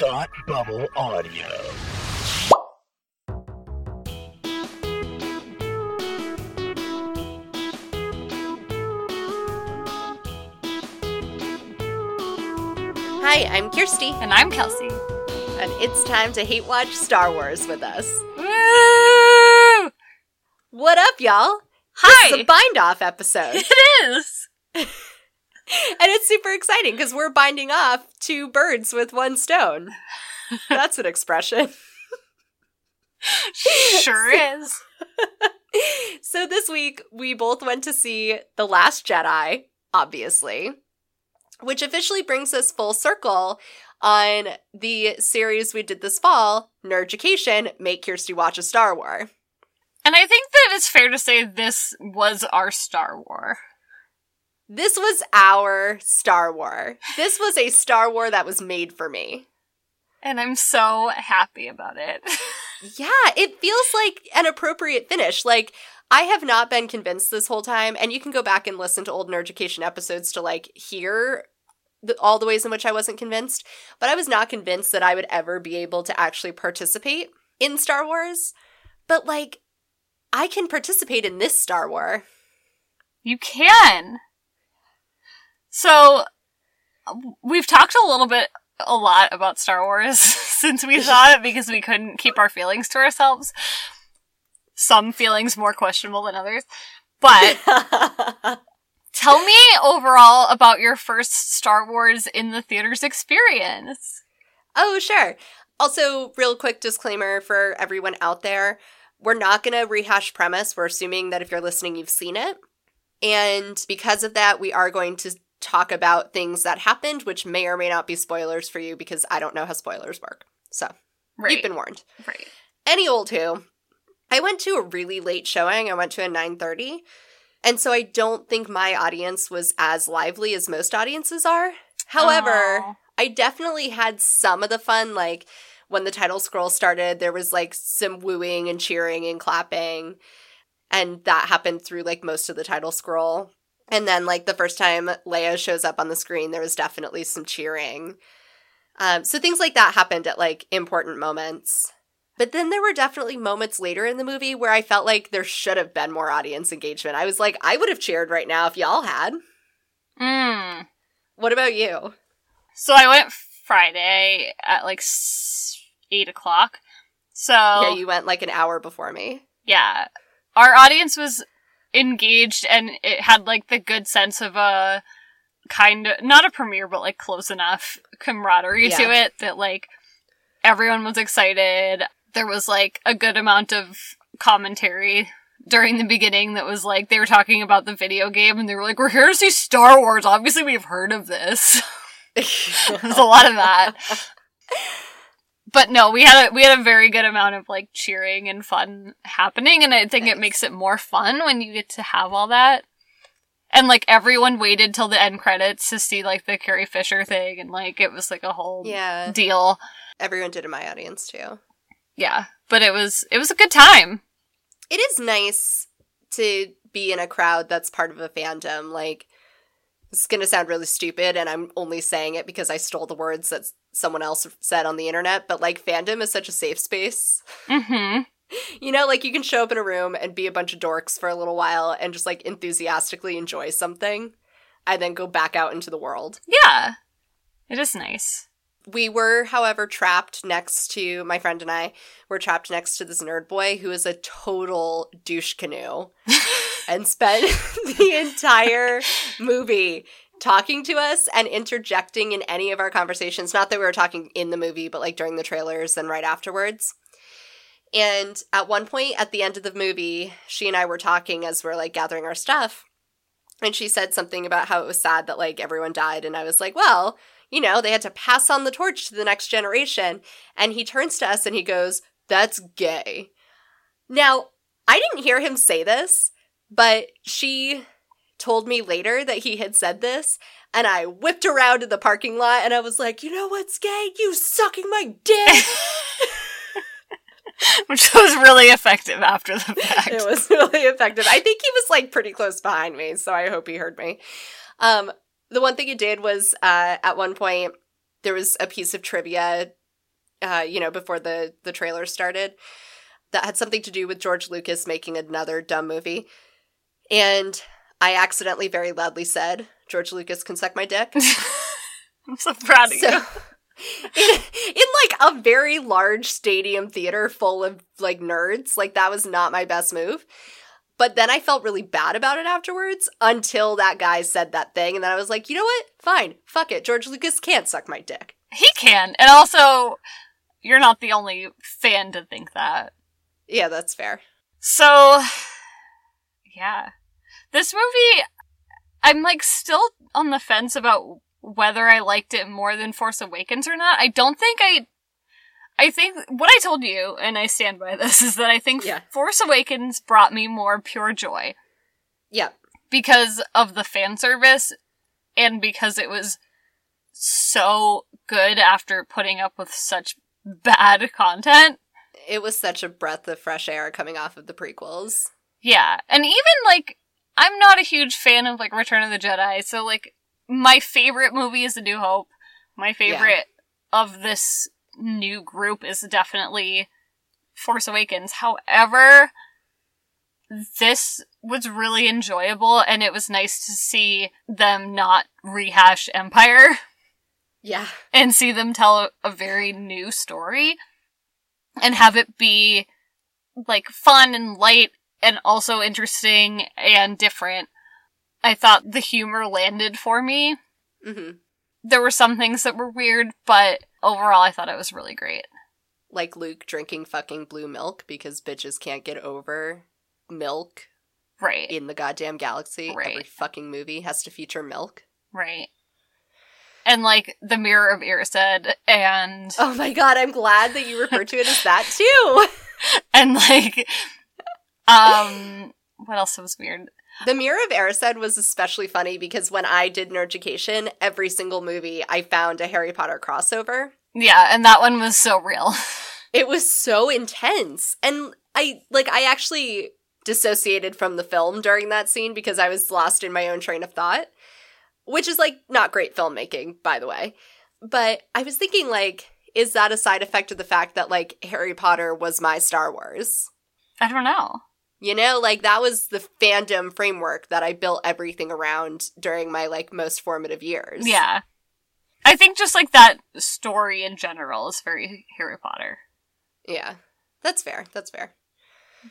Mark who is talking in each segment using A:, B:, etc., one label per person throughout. A: Thought Bubble Audio.
B: Hi, I'm Kirsty,
C: And I'm Kelsey.
B: and it's time to hate watch Star Wars with us.
C: Woo!
B: What up, y'all? It's a
C: Hi!
B: bind off episode, and
C: It is!
B: it's super exciting because we're binding off two birds with one stone. That's an expression.
C: Sure is.
B: so this week we both went to see The Last Jedi, obviously, which officially brings us full circle on the series we did this fall, Nerdjucation, Make Kirsty Watch a Star War.
C: And I think that it's fair to say this was our Star War.
B: This was our Star War. This was a Star War that was made for me.
C: And I'm so happy about it.
B: Yeah, it feels like an appropriate finish. Like I have not been convinced this whole time, and you can go back and listen to old Nerd Education episodes to like hear the, all the ways in which I wasn't convinced. But I was not convinced that I would ever be able to actually participate in Star Wars. But like, I can participate in this Star War.
C: You can! So, we've talked a little bit, a lot about Star Wars since we saw it because we couldn't keep our feelings to ourselves. Some feelings more questionable than others. But Tell me overall about your first Star Wars in the theaters experience.
B: Oh, sure. Also, real quick disclaimer for everyone out there we're not going to rehash premise. We're assuming that if you're listening, you've seen it. And because of that, we are going to talk about things that happened, which may or may not be spoilers for you because I don't know how spoilers work. So
C: Right.
B: you've been warned.
C: right.
B: Any old who. I went to a really late showing. I went to a 9:30. And so I don't think my audience was as lively as most audiences are. However,
C: Aw.
B: I definitely had some of the fun. Like when the title scroll started, there was like some wooing and cheering and clapping. And that happened through like most of the title scroll. And then, like, the first time Leia shows up on the screen, there was definitely some cheering. Um, so things like that happened at like important moments. But then there were definitely moments later in the movie where I felt like there should have been more audience engagement. I was like, I would have cheered right now if y'all had.
C: Mm.
B: What about you?
C: So I went Friday at like s- eight o'clock. So
B: Yeah, you went like an hour before me.
C: yeah, our audience was engaged and it had like the good sense of a kind of not a premiere but like close enough camaraderie to
B: Yeah.
C: it that like everyone was excited there was like a good amount of commentary during the beginning that was like they were talking about the video game and they were like we're here to see star wars obviously we've heard of this there's a lot of that but no we had a we had a very good amount of like cheering and fun happening and i think
B: Nice.
C: it makes it more fun when you get to have all that and like everyone waited till the end credits to see like the carrie fisher thing and like it was like a whole
B: yeah,
C: deal
B: everyone did in my audience too.
C: yeah but it was it was a good time
B: It is nice to be in a crowd that's part of a fandom. Like, it's going to sound really stupid, and I'm only saying it because I stole the words that s- someone else said on the internet, but like, fandom is such a safe space.
C: mm-hmm
B: You know, like, you can show up in a room and be a bunch of dorks for a little while and just like enthusiastically enjoy something and then go back out into the world.
C: yeah it is nice
B: We were, however, trapped next to my friend and I were trapped next to this nerd boy who is a total douche canoe and spent the entire movie talking to us and interjecting in any of our conversations. Not that we were talking in the movie, but like during the trailers and right afterwards. And at one point at the end of the movie, she and I were talking as we're like gathering our stuff. And she said something about how it was sad that like everyone died. And I was like, well, you know, they had to pass on the torch to the next generation. And he turns to us and he goes, That's gay. Now, I didn't hear him say this, but she told me later that he had said this. And I whipped around to the parking lot and I was like, You know what's gay? You sucking my dick.
C: which was really effective after the fact
B: it was really effective. I think he was like pretty close behind me, so I hope he heard me. Um, the one thing he did was uh, at one point there was a piece of trivia uh, you know, before the the trailer started, that had something to do with George Lucas making another dumb movie, and I accidentally very loudly said, "George Lucas can suck my dick."
C: I'm so proud of you.
B: So, in, in like a very large stadium theater full of like nerds, like that was not my best move. But then I felt really bad about it afterwards until that guy said that thing. And then I was like, you know what? Fine. Fuck it. George Lucas can't suck my dick.
C: He can. And also, you're not the only fan to think that.
B: Yeah, that's fair.
C: So, yeah. This movie, I'm like still on the fence about whether I liked it more than Force Awakens or not. I don't think I. I think what I told you, and I stand by this, is that I think
B: Yeah.
C: Force Awakens brought me more pure joy
B: Yeah.
C: because of the fan service and because it was so good after putting up with such bad content.
B: It was such a breath of fresh air coming off of the prequels.
C: Yeah. And even like I'm not a huge fan of like Return of the Jedi, so like my favorite movie is A New Hope. My favorite of this new group is definitely Force Awakens. However, this was really enjoyable and it was nice to see them not rehash Empire
B: Yeah.
C: and see them tell a, a very new story and have it be like fun and light and also interesting and different. I thought the humor landed for me.
B: Mm-hmm.
C: There were some things that were weird, but overall I thought it was really great.
B: Like Luke drinking fucking blue milk because bitches can't get over milk
C: Right.
B: in the goddamn galaxy.
C: Right.
B: Every fucking movie has to feature milk.
C: Right. And like the mirror of Irised and
B: Oh my god, I'm glad that you refer to it as that too.
C: and like um what else was weird?
B: The Mirror of Erised was especially funny because when I did nerd education, every single movie I found a Harry Potter crossover.
C: Yeah, and that one was so real.
B: It was so intense. And I like I actually dissociated from the film during that scene because I was lost in my own train of thought, which is like not great filmmaking, by the way. But I was thinking like is that a side effect of the fact that like Harry Potter was my Star Wars?
C: I don't know.
B: You know, like that was the fandom framework that I built everything around during my like most formative years.
C: Yeah. I think just like that story in general is very Harry Potter.
B: Yeah. That's fair. That's fair.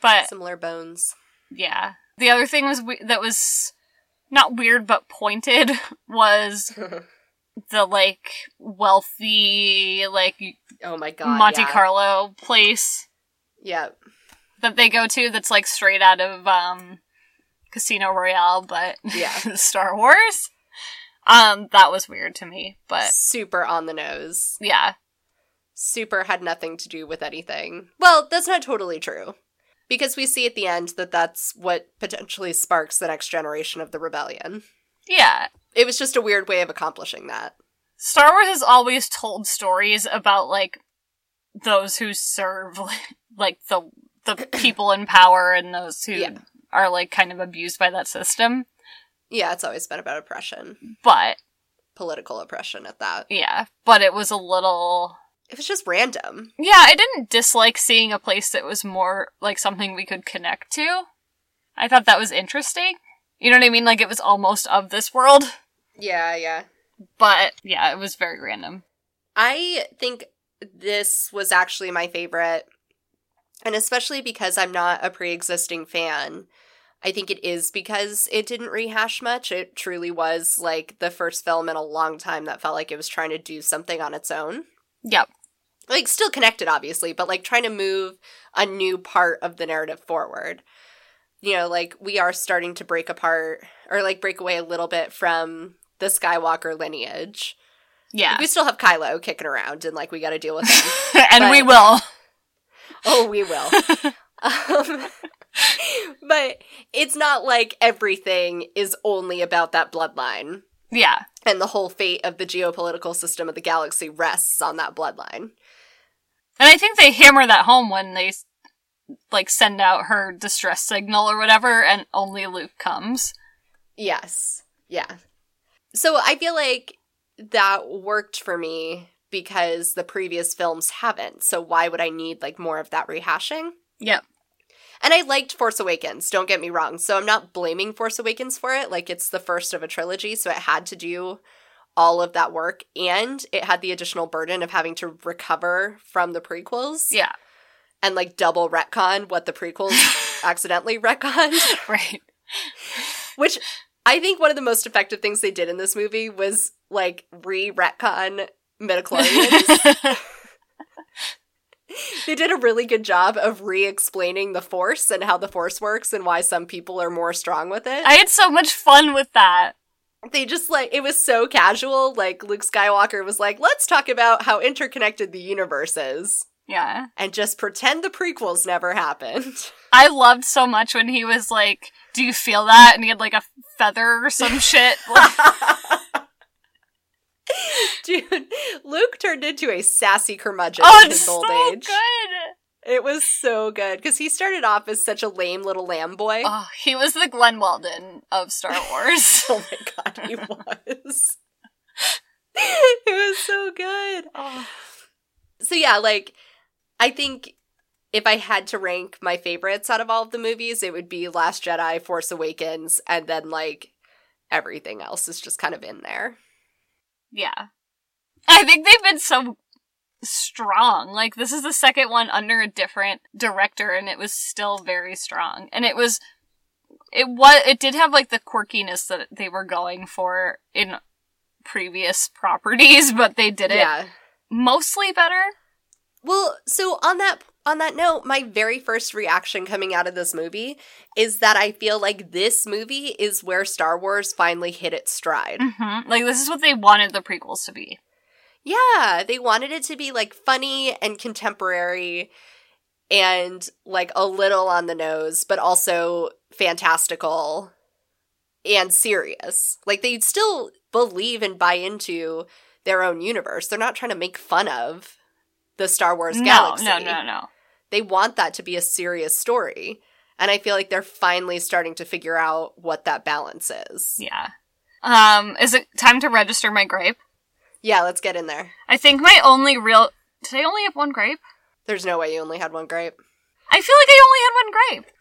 C: But
B: Similar bones.
C: yeah. The other thing was we- that was not weird but pointed was the like wealthy like
B: oh my god.
C: Monte
B: yeah.
C: Carlo place
B: Yeah.
C: that they go to that's like straight out of um Casino Royale but
B: Yeah.
C: Star Wars. Um that was weird to me,
B: Uh,
C: but
B: Super on the nose.
C: yeah.
B: Super had nothing to do with anything. Well, that's not totally true. Because we see at the end that that's what potentially sparks the next generation of the rebellion.
C: Yeah.
B: It was just a weird way of accomplishing that.
C: Star Wars has always told stories about like those who serve like the the people in power and those who
B: Yeah.
C: are like kind of abused by that system.
B: Yeah, it's always been about oppression,
C: But
B: political oppression at that.
C: yeah, but it was a little
B: It was just random.
C: Yeah, I didn't dislike seeing a place that was more like something we could connect to. I thought that was interesting. You know what I mean? Like it was almost of this world,
B: Yeah, yeah.
C: but yeah, it was very random.
B: I think this was actually my favorite. And especially because I'm not a pre existing fan, I think it is because it didn't rehash much. It truly was like the first film in a long time that felt like it was trying to do something on its own.
C: Yep.
B: Like, still connected, obviously, but like trying to move a new part of the narrative forward. You know, like we are starting to break apart or like break away a little bit from the Skywalker lineage.
C: Yeah.
B: We still have Kylo kicking around, and like we got to deal with him.
C: and we
B: But-
C: will.
B: oh, we will. um, but it's not like everything is only about that bloodline,
C: Yeah.
B: and the whole fate of the geopolitical system of the galaxy rests on that bloodline.
C: And I think they hammer that home when they like send out her distress signal or whatever, and only Luke comes.
B: Yes. Yeah. So I feel like that worked for me because the previous films haven't. So why would I need like more of that rehashing?
C: Yep.
B: And I liked Force Awakens, don't get me wrong. So I'm not blaming Force Awakens for it. Like it's the first of a trilogy, so it had to do all of that work and it had the additional burden of having to recover from the prequels
C: Yeah.
B: and like double retcon what the prequels accidentally retconned,
C: Right.
B: which I think one of the most effective things they did in this movie was like re-retcon midichlorians. they did a really good job of re-explaining the force and how the force works and why some people are more strong with it.
C: I had so much fun with that.
B: they just like it was so casual. Like Luke Skywalker was like, "Let's talk about how interconnected the universe is."
C: Yeah.
B: And just pretend the prequels never happened.
C: I loved so much when he was like, Do you feel that? And he had like a feather or some shit. Like,
B: Dude, Luke turned into a sassy curmudgeon
C: oh,
B: in
C: it's
B: his
C: so
B: old age.
C: good.
B: It was so good because he started off as such a lame little lamb boy.
C: Oh, he was the Glenn Weldon of Star Wars.
B: Oh my god, he was. it was so good.
C: oh.
B: So yeah, like I think if I had to rank my favorites out of all of the movies, it would be Last Jedi, Force Awakens, and then like everything else is just kind of in there.
C: Yeah. I think they've been so strong. Like, this is the second one under a different director, and it was still very strong. And it was, it was, it did have like the quirkiness that they were going for in previous properties, but they did it
B: Yeah.
C: mostly better.
B: Well, so on that on that note, my very first reaction coming out of this movie is that I feel like this movie is where Star Wars finally hit its stride.
C: hmm Like, this is what they wanted the prequels to be.
B: Yeah, they wanted it to be like funny and contemporary and like a little on the nose, but also fantastical and serious. Like they still believe and buy into their own universe. They're not trying to make fun of the Star Wars
C: No,
B: galaxy.
C: no, no, no.
B: They want that to be a serious story. And I feel like they're finally starting to figure out what that balance is.
C: Yeah. Um, is it time to register my gripe?
B: Yeah, let's get in there.
C: I think my only real. Did I only have one gripe?
B: There's no way you only had one gripe.
C: I feel like I only had one gripe.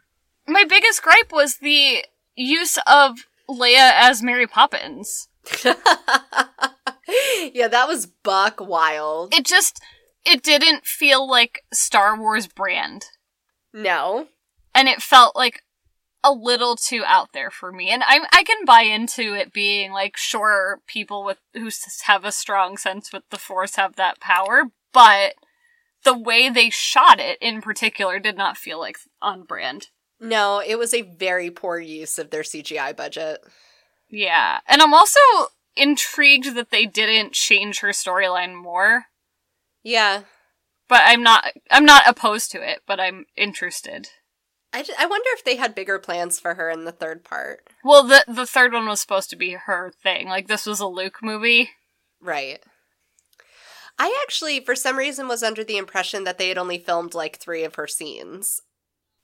C: My biggest gripe was the use of Leia as Mary Poppins.
B: yeah, that was buck wild.
C: It just it didn't feel like Star Wars brand.
B: no.
C: And it felt like a little too out there for me. And I I can buy into it being like sure people with who s- have a strong sense with the force have that power, but the way they shot it in particular did not feel like on brand.
B: No, it was a very poor use of their CGI budget.
C: Yeah. And I'm also intrigued that they didn't change her storyline more,
B: Yeah.
C: but I'm not I'm not opposed to it, but I'm interested.
B: I, ju- I wonder if they had bigger plans for her in the third part.
C: Well, the the third one was supposed to be her thing. Like this was a Luke movie.
B: Right. I actually, for some reason, was under the impression that they had only filmed like three of her scenes.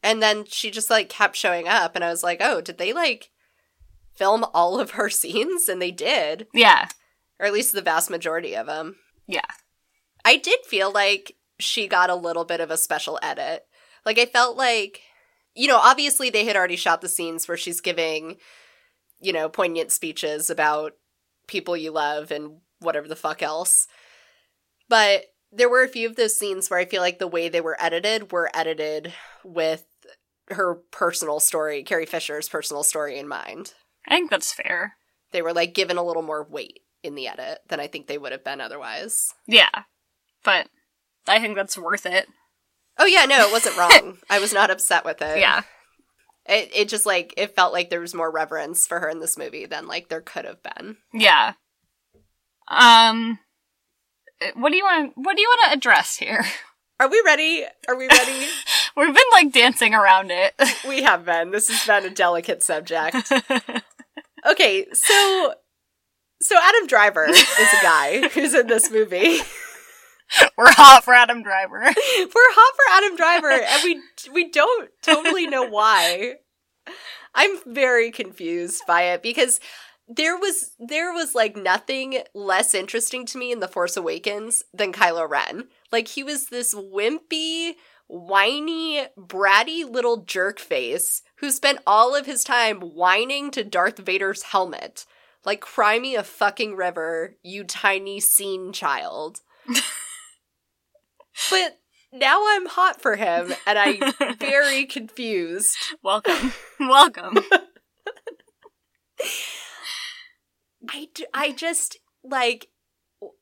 B: And then she just like kept showing up, and I was like, oh, did they like film all of her scenes? And they did.
C: Yeah.
B: or at least the vast majority of them.
C: Yeah.
B: I did feel like she got a little bit of a special edit. Like I felt like you know, obviously they had already shot the scenes where she's giving you know, poignant speeches about people you love and whatever the fuck else. But there were a few of those scenes where I feel like the way they were edited were edited with her personal story, Carrie Fisher's personal story in mind
C: I think that's fair.
B: they were like given a little more weight in the edit than I think they would have been otherwise.
C: Yeah. But I think that's worth it.
B: Oh yeah, no, it wasn't wrong. I was not upset with it.
C: Yeah.
B: It it just like it felt like there was more reverence for her in this movie than like there could have been.
C: Yeah. Um what do you want what do you want to address here?
B: Are we ready? Are we ready?
C: We've been like dancing around
B: we have been. This has been a delicate subject.
C: it.
B: Okay, so so Adam Driver is a guy who's in this movie.
C: We're hot for Adam Driver.
B: We're hot for Adam Driver, and we we don't totally know why. I'm very confused by it because there was there was like nothing less interesting to me in The Force Awakens than Kylo Ren. Like he was this wimpy, whiny, bratty little jerk face who spent all of his time whining to Darth Vader's helmet. Like cry me a fucking river, you tiny scene child. but now I'm hot for him and I'm very confused.
C: Welcome. Welcome.
B: I, d- I just like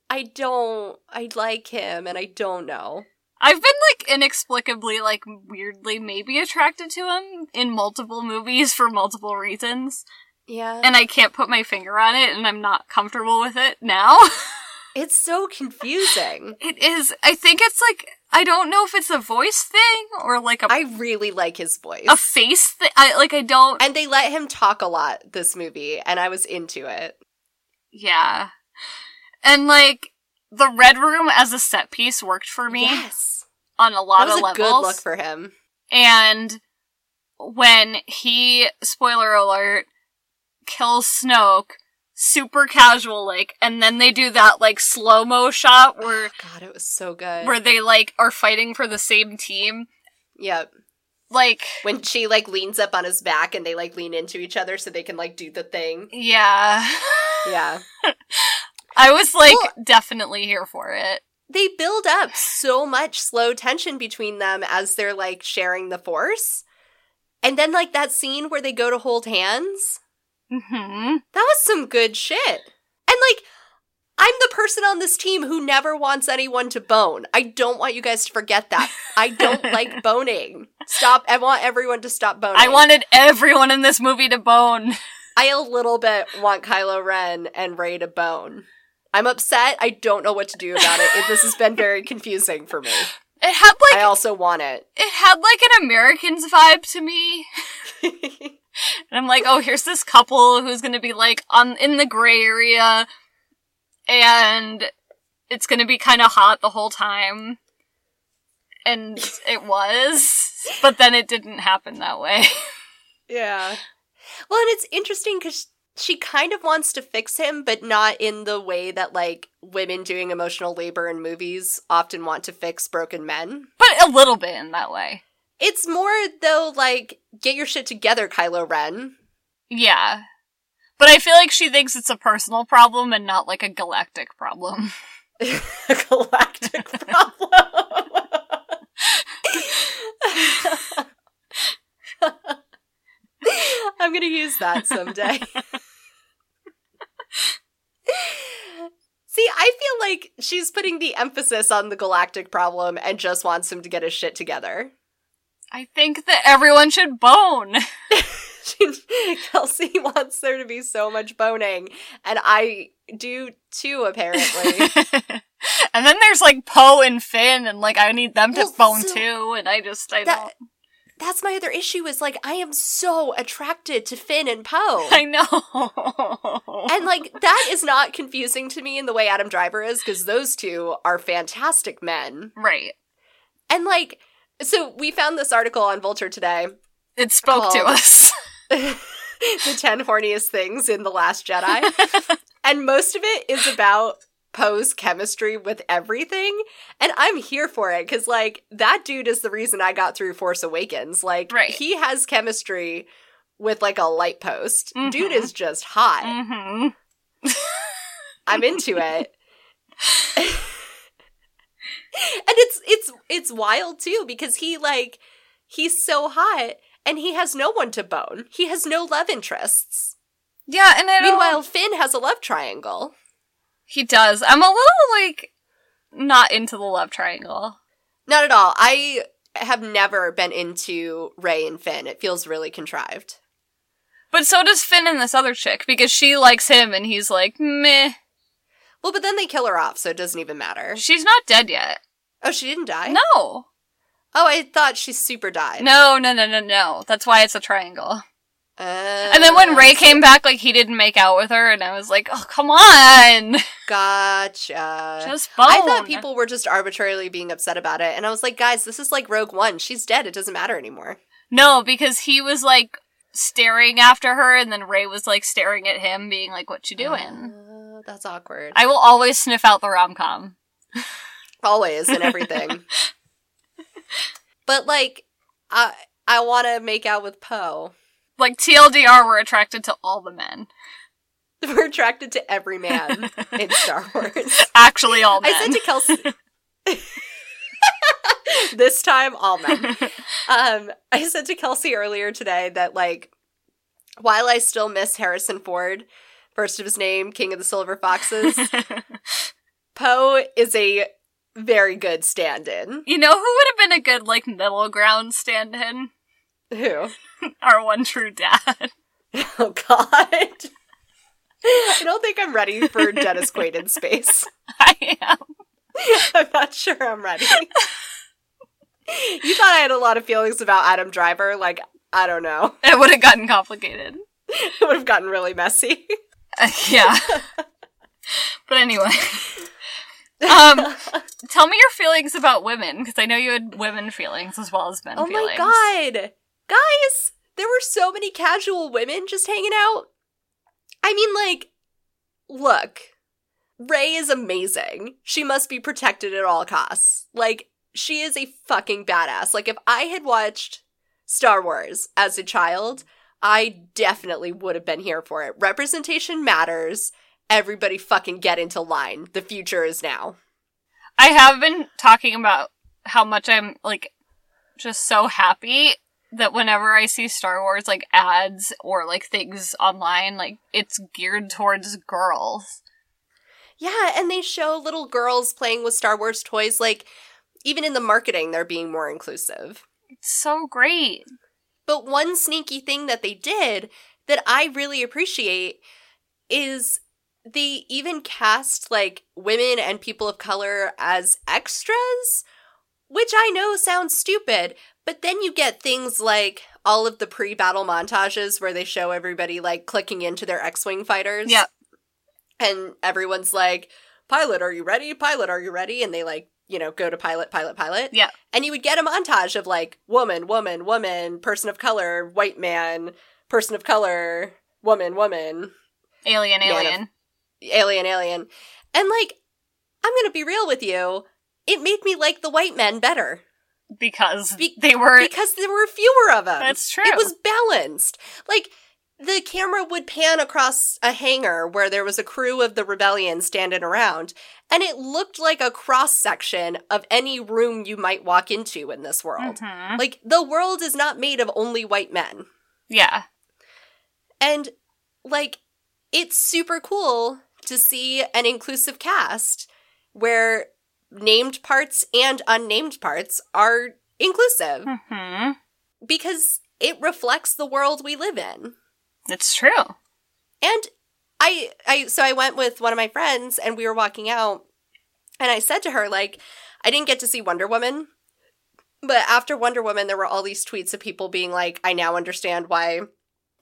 B: I don't I like him and I don't know.
C: I've been like inexplicably, like weirdly, maybe attracted to him in multiple movies for multiple reasons,
B: Yeah.
C: and I can't put my finger on it, and I'm not comfortable with it now.
B: it's so confusing.
C: It is. I think it's like I don't know if it's a voice thing or like a
B: I really like his voice.
C: a face thing. I like I don't.
B: and they let him talk a lot this movie and I was into it.
C: yeah, and like the red room as a set piece worked for me
B: Yes.
C: on a lot
B: That was a
C: of levels.
B: good look for him.
C: and when he spoiler alert kills Snoke. Super casual, like, and then they do that like slow mo shot where
B: God, it was so good.
C: where they like are fighting for the same team.
B: yep.
C: Like,
B: When she like leans up on his back and they like lean into each other so they can like do the thing.
C: yeah,
B: Yeah.
C: I was like
B: Well-
C: definitely here for it.
B: they build up so much slow tension between them as they're like sharing the force. And then like that scene where they go to hold hands,
C: hmm
B: that was some good shit. And like I'm the person on this team who never wants anyone to bone. I don't want you guys to forget that. I don't like boning. Stop. I want everyone to stop boning.
C: I wanted everyone in this movie to bone.
B: I a little bit want Kylo Ren and Rey to bone. I'm upset. I don't know what to do about it. This has been very confusing for me.
C: It had
B: I
C: like
B: also want it.
C: it had like an Americans vibe to me. And I'm like, oh, here's this couple who's gonna be like on in the gray area, and it's gonna be kind of hot the whole time. And it was, but then it didn't happen that way.
B: Yeah. Well, and it's interesting because she kind of wants to fix him, but not in the way that like women doing emotional labor in movies often want to fix broken men.
C: But a little bit in that way.
B: It's more though, like get your shit together, Kylo Ren.
C: Yeah. But I feel like she thinks it's a personal problem and not like a galactic problem.
B: Galactic problem. I'm gonna use that someday. See, I feel like she's putting the emphasis on the galactic problem and just wants him to get his shit together.
C: I think that everyone should bone.
B: Kelsey wants there to be so much boning, and I do too, apparently.
C: and then there's like Poe and Finn, and like I need them to
B: Well,
C: bone
B: so-
C: too, and I just, I
B: That- That's my other issue is like I am so attracted to Finn and Poe.
C: don't. I know.
B: and like that is not confusing to me in the way Adam Driver is because those two are fantastic men.
C: right.
B: And like, so we found this article on Vulture today,
C: It spoke to
B: Called-
C: us.
B: the ten horniest things in the Last Jedi, and most of it is about Poe's chemistry with everything, and I'm here for it because like that dude is the reason I got through Force Awakens. Like,
C: Right.
B: he has chemistry with like a light post. Dude
C: Mhm.
B: is just hot.
C: hmm
B: I'm into it. and it's it's it's wild too because he like he's so hot and he has no one to bone. He has no love interests.
C: Yeah, and I don't.
B: Meanwhile, Finn has a love triangle.
C: he does. I'm a little like not into the love triangle.
B: Not at all. I have never been into Ray and Finn. It feels really contrived.
C: But so does Finn and this other chick because she likes him and he's like, meh.
B: Well, but then they kill her off, so it doesn't even matter.
C: She's not dead yet.
B: Oh, she didn't die.
C: No.
B: Oh, I thought she super died.
C: No, no, no, no, no. That's why it's a triangle.
B: Uh,
C: And then when Ray came back, like he didn't make out with her, and I was like, "Oh, come on,
B: gotcha.
C: just bone."
B: I thought people were just arbitrarily being upset about it, and I was like, guys, this is like Rogue One. She's dead. It doesn't matter anymore.
C: no, because he was like staring after her, and then Ray was like staring at him, being like, "What you doing?"
B: Uh, that's awkward.
C: I will always sniff out the rom com.
B: Always and everything. but like, I I want to make out with Poe.
C: Like TLDR, we're attracted to all the men.
B: We're attracted to every man in Star Wars.
C: Actually, all men.
B: I said to Kelsey. this time, all men. Um, I said to Kelsey earlier today that, like, while I still miss Harrison Ford, first of his name, King of the Silver Foxes, Poe is a very good stand in.
C: you know who would have been a good like middle ground stand-in?
B: Who?
C: Our one true dad.
B: Oh, God. I don't think I'm ready for Dennis Quaid in space.
C: I am.
B: I'm not sure I'm ready. you thought I had a lot of feelings about Adam Driver. Like, I don't know.
C: It would have gotten complicated.
B: It would have gotten really messy.
C: Uh, yeah. but anyway. Um, tell me your feelings about women, because I know you had women feelings as well as men
B: oh
C: feelings.
B: my god. Guys, there were so many casual women just hanging out. I mean, like, look, Ray is amazing. She must be protected at all costs. Like, she is a fucking badass. Like, if I had watched Star Wars as a child, I definitely would have been here for it. Representation matters. Everybody fucking get into line. The future is now.
C: I have been talking about how much I'm like just so happy that whenever I see Star Wars like ads or like things online, like it's geared towards girls.
B: Yeah, and they show little girls playing with Star Wars toys. Like, even in the marketing, they're being more inclusive.
C: It's so great.
B: But one sneaky thing that they did that I really appreciate is they even cast like women and people of color as extras, which I know sounds stupid, but then you get things like all of the pre battle montages where they show everybody like clicking into their X Wing fighters.
C: Yep.
B: And everyone's like, Pilot, are you ready? Pilot, are you ready? And they like, you know, go to pilot, pilot, pilot.
C: Yeah.
B: And you would get a montage of like woman, woman, woman, person of color, white man, person of color, woman, woman,
C: Alien,
B: Man of-
C: alien.
B: alien, alien. And like, I'm going to be real with you, it made me like the white men better
C: because
B: Be-
C: they were
B: because there were fewer of them.
C: That's true.
B: It was balanced. Like, the camera would pan across a hangar where there was a crew of the rebellion standing around, and it looked like a cross section of any room you might walk into in this world.
C: Mhm.
B: Like, the world is not made of only white men.
C: yeah
B: And, like, it's super cool to see an inclusive cast where named parts and unnamed parts are inclusive
C: hmm
B: because it reflects the world we live in.
C: it's true
B: And I I so I went with one of my friends and we were walking out and I said to her like I didn't get to see Wonder Woman but after Wonder Woman there were all these tweets of people being like I now understand why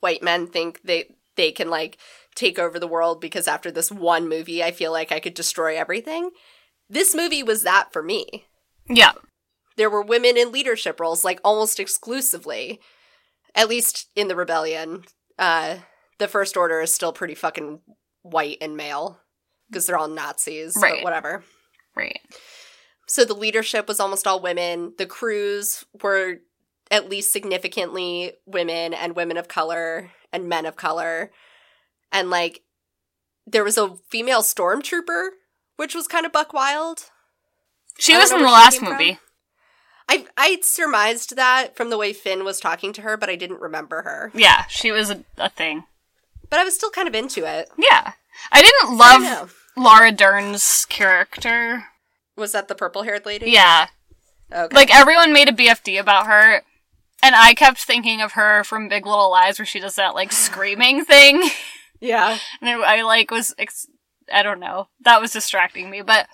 B: white men think they they can like take over the world because after this one movie I feel like I could destroy everything. This movie was that for me
C: yeah
B: there were women in leadership roles like almost exclusively at least in the rebellion uh the first order is still pretty fucking white and male because they're all nazis
C: Right.
B: but whatever
C: right
B: so the leadership was almost all women the crews were at least significantly women and women of color and men of color and like there was a female stormtrooper which was kind of buck wild
C: she
B: I
C: was
B: don't
C: in
B: know
C: the
B: where she
C: last
B: came from.
C: movie
B: I I surmised that from the way Finn was talking to her, but I didn't remember her.
C: yeah she was a, a thing
B: But I was still kind of into it.
C: yeah i didn't
B: I don't
C: love
B: know.
C: laura dern's character
B: Was that the purple haired lady?
C: yeah
B: Okay.
C: like everyone made a bfd about her and i kept thinking of her from big little lies where she does that like screaming thing
B: yeah.
C: and I, I like was ex- i don't know that was distracting me but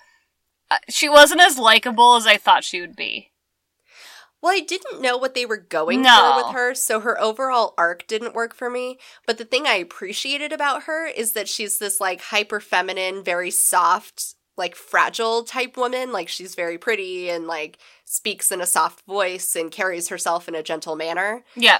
C: uh, she wasn't as likable as i thought she would be
B: Well, I didn't know what they were going
C: No.
B: for with her, so her overall arc didn't work for me. But the thing I appreciated about her is that she's this like hyper feminine, very soft, like fragile type woman. Like she's very pretty and like speaks in a soft voice and carries herself in a gentle manner.
C: yeah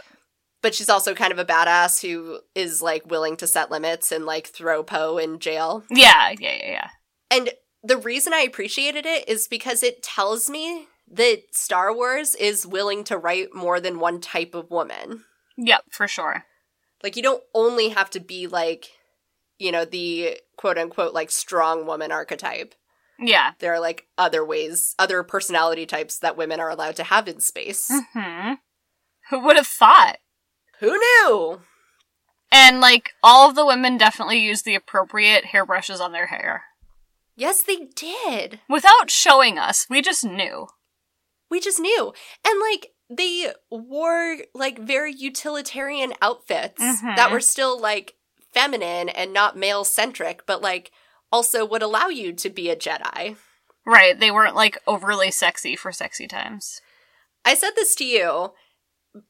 B: but she's also kind of a badass who is like willing to set limits and like throw Poe in jail.
C: Yeah, yeah, yeah, yeah.
B: And the reason I appreciated it is because it tells me that Star Wars is willing to write more than one type of woman.
C: Yep, for sure.
B: Like you don't only have to be like, you know, the quote unquote like strong woman archetype.
C: Yeah.
B: There are like other ways, other personality types that women are allowed to have in space.
C: hmm Who would have thought?
B: Who knew?
C: And like all of the women definitely used the appropriate hairbrushes on their hair.
B: Yes, they did.
C: Without showing us, we just knew.
B: We just knew. And like they wore like very utilitarian outfits
C: Mhm.
B: that were still like feminine and not male centric, but like also would allow you to be a Jedi.
C: Right, they weren't like overly sexy for sexy times.
B: I said this to you,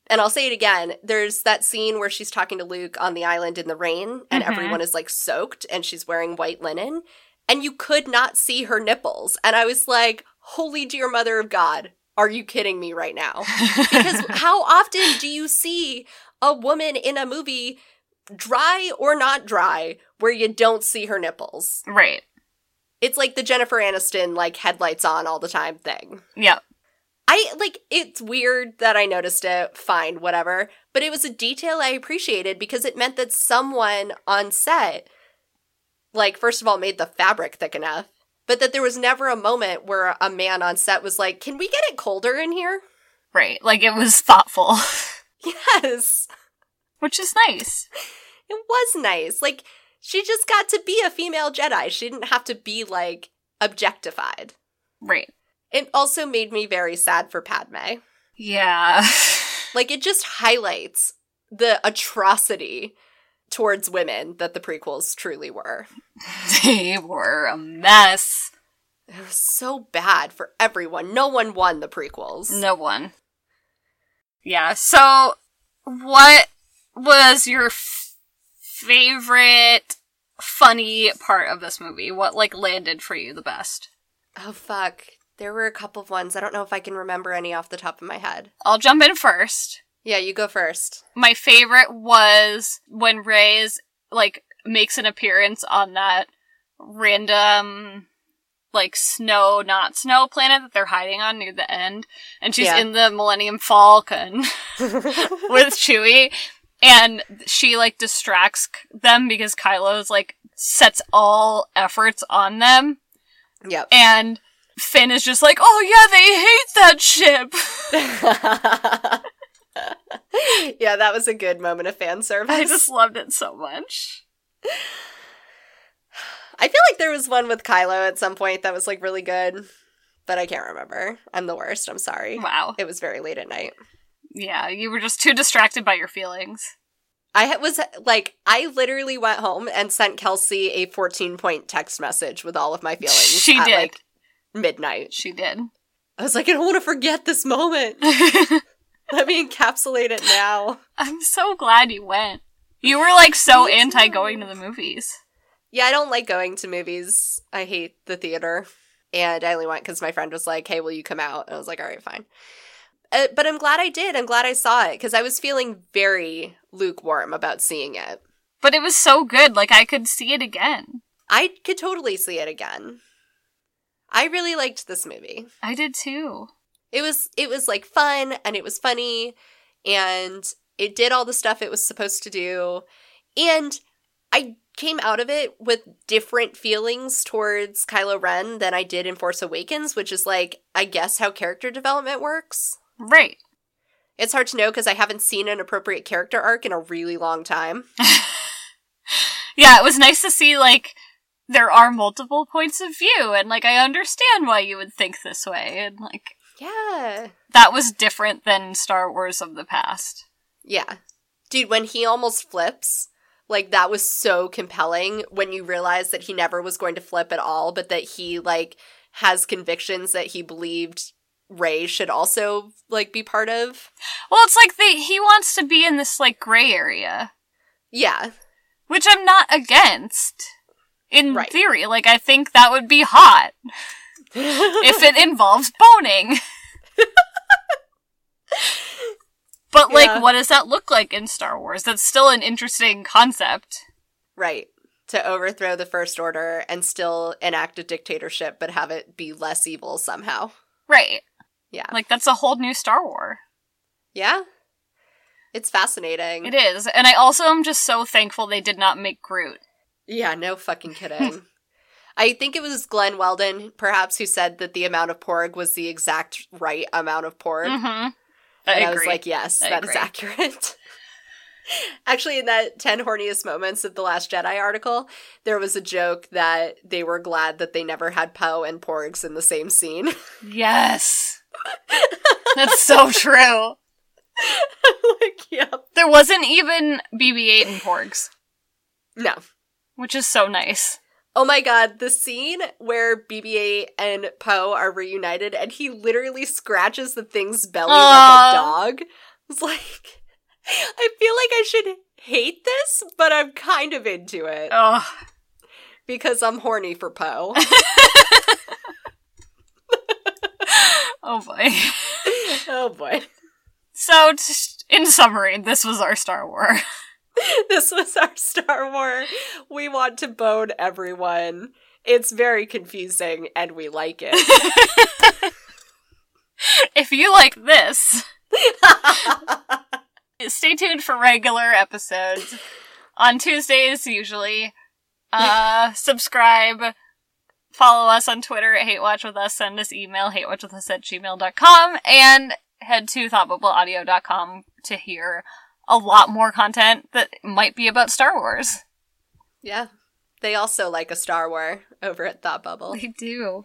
B: and I'll say it again. There's that scene where she's talking to Luke on the island in the rain, and
C: Mhm.
B: everyone is like soaked, and she's wearing white linen, and you could not see her nipples. And I was like, Holy dear mother of God, are you kidding me right now? Because how often do you see a woman in a movie, dry or not dry, where you don't see her nipples?
C: right.
B: It's like the Jennifer Aniston, like headlights on all the time thing.
C: Yep.
B: I like it's weird that I noticed it, fine, whatever, but it was a detail I appreciated because it meant that someone on set like first of all made the fabric thick enough, but that there was never a moment where a man on set was like, "Can we get it colder in here?"
C: Right. Like it was thoughtful,
B: Yes.
C: which is nice.
B: It was nice. Like she just got to be a female Jedi. She didn't have to be like objectified.
C: Right.
B: It also made me very sad for Padme.
C: Yeah.
B: Like it just highlights the atrocity towards women that the prequels truly were.
C: they were a mess.
B: It was so bad for everyone. No one won the prequels.
C: No one. Yeah. So, what was your f- favorite funny part of this movie? What like landed for you the best?
B: Oh fuck. There were a couple of ones. I don't know if I can remember any off the top of my head.
C: I'll jump in first.
B: Yeah, you go first.
C: My favorite was when Ray's like makes an appearance on that random like snow not snow planet that they're hiding on near the end and she's
B: Yeah.
C: in the Millennium Falcon with Chewie and she like distracts k- them because Kylo's like sets all efforts on them
B: yep.
C: and Finn is just like, "Oh yeah, they hate that ship."
B: yeah, that was a good moment of fan service.
C: I just loved it so much.
B: I feel like there was one with Kylo at some point that was like really good, but I can't remember. I'm the worst. I'm sorry.
C: Wow.
B: It was very late at night.
C: Yeah, you were just too distracted by your feelings.
B: I ha- was like, I literally went home and sent Kelsey a 14 point text message with all of my feelings.
C: She
B: at,
C: did.
B: Like, midnight.
C: She did.
B: I was like, I don't want to forget this moment. Let me encapsulate it now.
C: I'm so glad you went. You were like so
B: Me too.
C: anti going to the movies.
B: Yeah, I don't like going to movies. I hate the theater. And I only went because my friend was like, hey, will you come out? And I was like, all right, fine. Uh, but I'm glad I did. I'm glad I saw it because I was feeling very lukewarm about seeing it.
C: But it was so good. Like I could see it again.
B: I could totally see it again. I really liked this movie.
C: I did too.
B: it was it was like fun and it was funny and it did all the stuff it was supposed to do and i came out of it with different feelings towards kylo ren than i did in force awakens which is like i guess how character development works
C: Right.
B: it's hard to know because i haven't seen an appropriate character arc in a really long time
C: Yeah, it was nice to see like there are multiple points of view and like I understand why you would think this way and like
B: yeah
C: that was different than Star Wars of the past.
B: yeah dude when he almost flips like that was so compelling when you realize that he never was going to flip at all but that he like has convictions that he believed ray should also like be part of
C: Well, it's like they he wants to be in this like gray area.
B: yeah
C: which I'm not against. In
B: Right.
C: theory, like I think that would be hot if it involves boning. But like,
B: Yeah.
C: what does that look like in Star Wars? That's still an interesting concept.
B: Right. To overthrow the First Order and still enact a dictatorship, but have it be less evil somehow.
C: Right.
B: Yeah.
C: Like that's a whole new Star War.
B: Yeah. It's fascinating.
C: It is. And I also am just so thankful they did not make Groot.
B: Yeah, no fucking kidding. I think it was Glenn Weldon, perhaps, who said that the amount of porg was the exact right amount of porg.
C: Mm-hmm. I
B: and
C: agree.
B: I was like, yes,
C: I
B: that is
C: agree.
B: accurate. Actually, in that 10 horniest moments of The Last Jedi article, there was a joke that they were glad that they never had Poe and Porgs in the same scene.
C: yes. that's so true.
B: like, yep.
C: There wasn't even BB-8 in Porgs,
B: No.
C: which is so nice.
B: Oh my god, the scene where BB 8 and Poe are reunited and he literally scratches the thing's belly
C: Aw.
B: like a dog. It's like, I feel like I should hate this, but I'm kind of into it
C: Oh,
B: because I'm horny for Poe.
C: oh boy.
B: oh boy.
C: So, t- in summary, this was our Star War.
B: This was our Star Wars. We want to bone everyone. It's very confusing and we like it.
C: If you like this, stay tuned for regular episodes on Tuesdays usually. Uh, subscribe, follow us on Twitter at HateWatch with us, send us email hatewatchwithus at gmail.com, and head to thoughtbubbleaudio.com to hear a lot more content that might be about Star Wars.
B: yeah. They also like a Star Wars over at Thought Bubble.
C: They do.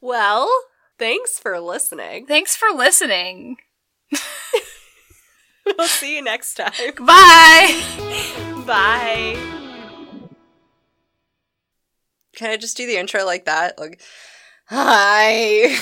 B: Well, thanks for listening.
C: Thanks for listening.
B: We'll see you next time.
C: Bye.
B: Bye. Can I just do the intro like that? Like, hi.